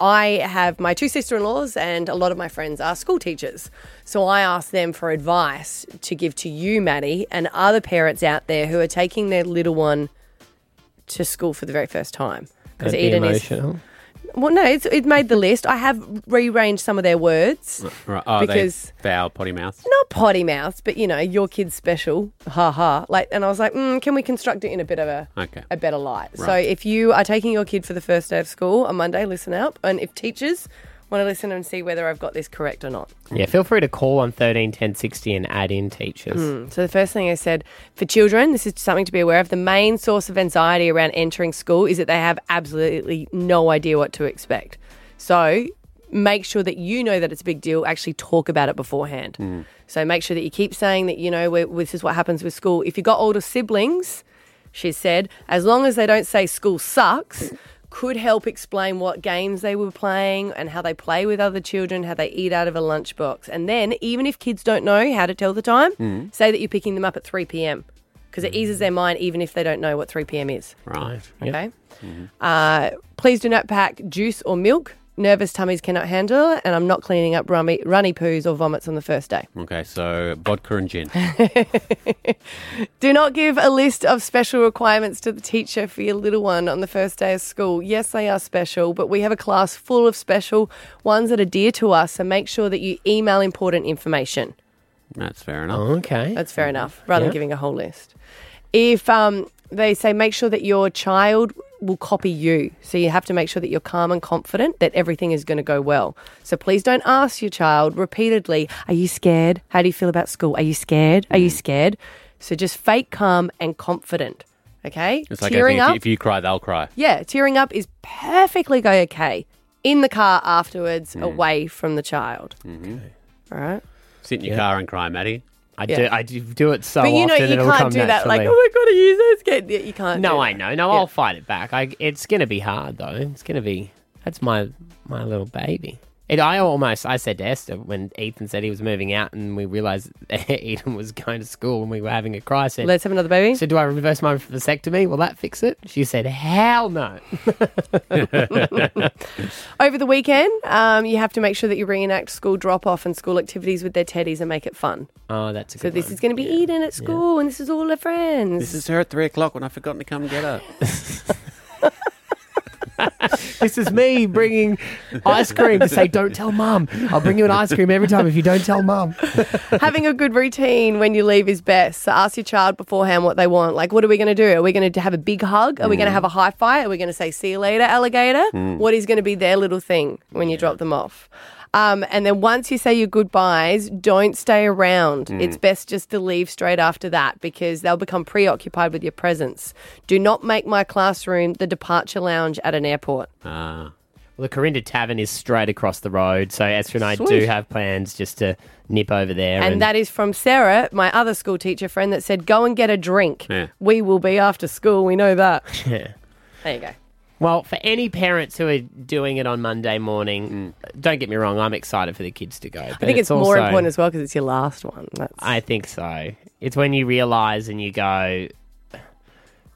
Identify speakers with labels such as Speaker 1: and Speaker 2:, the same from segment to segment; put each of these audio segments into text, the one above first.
Speaker 1: I have my two sister in laws, and a lot of my friends are school teachers. So I asked them for advice to give to you, Maddie, and other parents out there who are taking their little one to school for the very first time.
Speaker 2: Don't be
Speaker 1: Eden is.
Speaker 2: emotional.
Speaker 1: Well, no, it's, it made the list. I have rearranged some of their words.
Speaker 3: Right. Oh,
Speaker 1: Because-
Speaker 3: they foul potty mouth.
Speaker 1: Not potty mouths, but you know, your kid's special. Ha ha. Like, and I was like, mm, can we construct it in a bit of a
Speaker 3: Okay.
Speaker 1: a better light. So
Speaker 3: Right.
Speaker 1: if you are taking your kid for the first day of school on Monday, listen up. And if teachers want to listen and see whether I've got this correct or not.
Speaker 2: Yeah, feel free to call on 13 10 60 and add in teachers.
Speaker 1: So the first thing I said for children, this is something to be aware of. The main source of anxiety around entering school is that they have absolutely no idea what to expect. So make sure that you know that it's a big deal. Actually, talk about it beforehand. So make sure that you keep saying that you know we this is what happens with school. If you've got older siblings, she said, as long as they don't say school sucks. Could help explain what games they were playing and how they play with other children, how they eat out of a lunchbox. And then, even if kids don't know how to tell the time, say that you're picking them up at 3 p.m. because it eases their mind, even if they don't know what 3 p.m. is.
Speaker 3: Right.
Speaker 2: Yep.
Speaker 1: Okay. Uh, please do not pack juice or milk. Nervous tummies cannot handle it, and I'm not cleaning up rummy, runny poos or vomits on the first day.
Speaker 3: Okay. So vodka and gin.
Speaker 1: Do not give a list of special requirements to the teacher for your little one on the first day of school. Yes, they are special, but we have a class full of special ones that are dear to us, so make sure that you email important information.
Speaker 3: That's fair enough.
Speaker 1: Hmm.
Speaker 2: Okay.
Speaker 1: That's
Speaker 3: Mm-hmm.
Speaker 1: fair enough, rather
Speaker 2: Yeah.
Speaker 1: than giving a whole list. If um, they say make sure that your child will copy you, so you have to make sure that you're calm and confident that everything is going to go well. So please don't ask your child repeatedly, "Are you scared? How do you feel about school? Are you scared? Are you
Speaker 3: Mm-hmm.
Speaker 1: scared?" So just fake calm and confident. Okay,
Speaker 3: It's like I
Speaker 1: tearing
Speaker 3: think if,
Speaker 1: up.
Speaker 3: you- if you cry, they'll cry.
Speaker 1: yeah, tearing up is perfectly go okay in the car afterwards,
Speaker 3: Mm.
Speaker 1: away from the child.
Speaker 3: Mm-hmm.
Speaker 1: All right.
Speaker 3: Sit in your car and cry, Maddie.
Speaker 2: I,
Speaker 1: Yeah.
Speaker 2: do, I do do it so
Speaker 1: But you know
Speaker 2: often
Speaker 1: you
Speaker 2: it'll come
Speaker 1: can't do that.
Speaker 2: naturally.
Speaker 1: Like, oh my god, are you so scared? Yeah, You can't. do
Speaker 2: no,
Speaker 1: that.
Speaker 2: I know. No, I'll fight it back. I, it's going to be hard, though. It's going to be. That's my my little baby. It, I almost I said to Esther when Ethan said he was moving out and we realized Ethan was going to school and we were having a cry. I said,
Speaker 1: Let's have another baby.
Speaker 2: so do I reverse my vasectomy? Will that fix it? She said, hell no.
Speaker 1: Over the weekend, um, you have to make sure that you reenact school drop off and school activities with their teddies and make it fun.
Speaker 2: Oh, that's a
Speaker 1: So
Speaker 2: good
Speaker 1: this
Speaker 2: one.
Speaker 1: is going to be Eden at school, and this is all her friends.
Speaker 3: This is her at three o'clock when I've forgotten to come get her.
Speaker 2: This is me bringing ice cream to say, don't tell mum. I'll bring you an ice cream every time if you don't tell mum.
Speaker 1: Having a good routine when you leave is best. So ask your child beforehand what they want. Like, what are we going to do? Are we going to have a big hug? Are we going to have a high five? Are we going to say "see you later, alligator"? What is going to be their little thing when you drop them off? Um, and then once you say your goodbyes, don't stay around. It's best just to leave straight after that because they'll become preoccupied with your presence. Do not make my classroom the departure lounge at an airport.
Speaker 3: Ah.
Speaker 2: Well, the Corinda Tavern is straight across the road, so Esther and I do
Speaker 1: Sweet.
Speaker 2: have plans just to nip over there.
Speaker 1: And that is from Sarah, my other school teacher friend, that said, Go and get a drink.
Speaker 3: Yeah.
Speaker 1: We will be after school. We know that. There you go.
Speaker 2: Well, for any parents who are doing it on Monday morning, don't get me wrong, I'm excited for the kids to go.
Speaker 1: Mm. I think it's, more important as well because it's your last one. That's,
Speaker 2: I think so. It's when you realise and you go,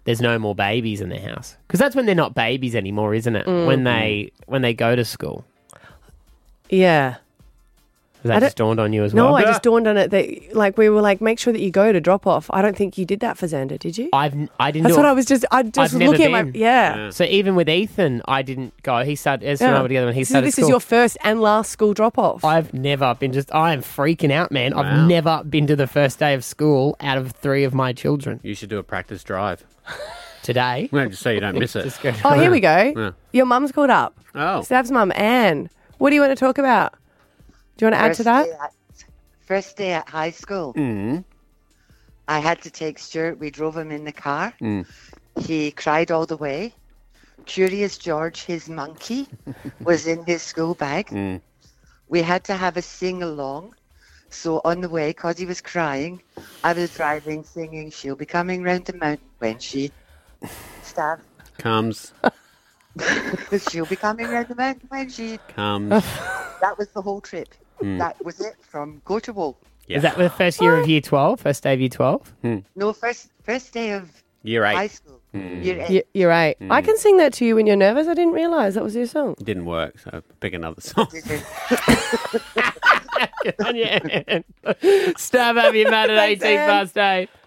Speaker 2: there's no more babies in the house because that's when they're not babies anymore, isn't it?
Speaker 1: Mm.
Speaker 2: When they when they go to school.
Speaker 1: yeah.
Speaker 2: Has that
Speaker 1: don't-
Speaker 2: just dawned on you as
Speaker 1: No,
Speaker 2: well?
Speaker 1: I just dawned on it that, like, we were like, make sure that you go to drop off. I don't think you did that for Xander, did you?
Speaker 2: I've n- I didn't.
Speaker 1: That's
Speaker 2: do
Speaker 1: what
Speaker 2: it.
Speaker 1: I was just, I just
Speaker 2: I've never
Speaker 1: looking at my,
Speaker 2: been.
Speaker 1: yeah.
Speaker 3: Yeah.
Speaker 2: So even with Ethan, I didn't go. He started. Esther and I
Speaker 1: Yeah.
Speaker 2: were together, and he
Speaker 1: so
Speaker 2: started.
Speaker 1: this
Speaker 2: school.
Speaker 1: is your first and last school drop off.
Speaker 2: I've never been just. I am freaking out, man.
Speaker 3: Wow.
Speaker 2: I've never been to the first day of school out of three of my children
Speaker 3: You should do a practice drive.
Speaker 2: today.
Speaker 3: Well, just so you don't miss it.
Speaker 2: Just go-
Speaker 1: Oh, here we go.
Speaker 3: Yeah.
Speaker 1: Your mum's called up.
Speaker 3: Oh.
Speaker 1: Stav's mum, Anne. What do you want to talk about? Do you want to add to that?
Speaker 4: Day at, first day at high school,
Speaker 3: Mm.
Speaker 4: I had to take Stuart. We drove him in the car.
Speaker 1: Mm.
Speaker 4: He cried all the way. Curious George, his monkey, was in his school bag.
Speaker 1: Mm.
Speaker 4: We had to have a sing along. So on the way, because he was crying, I was driving, singing, She'll be coming round the mountain when she. Stav,
Speaker 3: Comes,
Speaker 4: she'll be coming round the mountain when she.
Speaker 3: comes.
Speaker 4: That was the whole trip.
Speaker 1: Mm.
Speaker 4: That was it from go to wall.
Speaker 2: Is that the first year of year 12? First day of year 12?
Speaker 4: No, first first day of
Speaker 3: Year eight.
Speaker 4: high school. You're in.
Speaker 1: Y- You're right. I
Speaker 2: Hmm.
Speaker 1: can sing that to you when you're nervous. I didn't realize that was your song.
Speaker 3: It didn't work, so pick another song.
Speaker 2: Stab up your man at 18
Speaker 1: Thanks, Anne.
Speaker 2: past 8.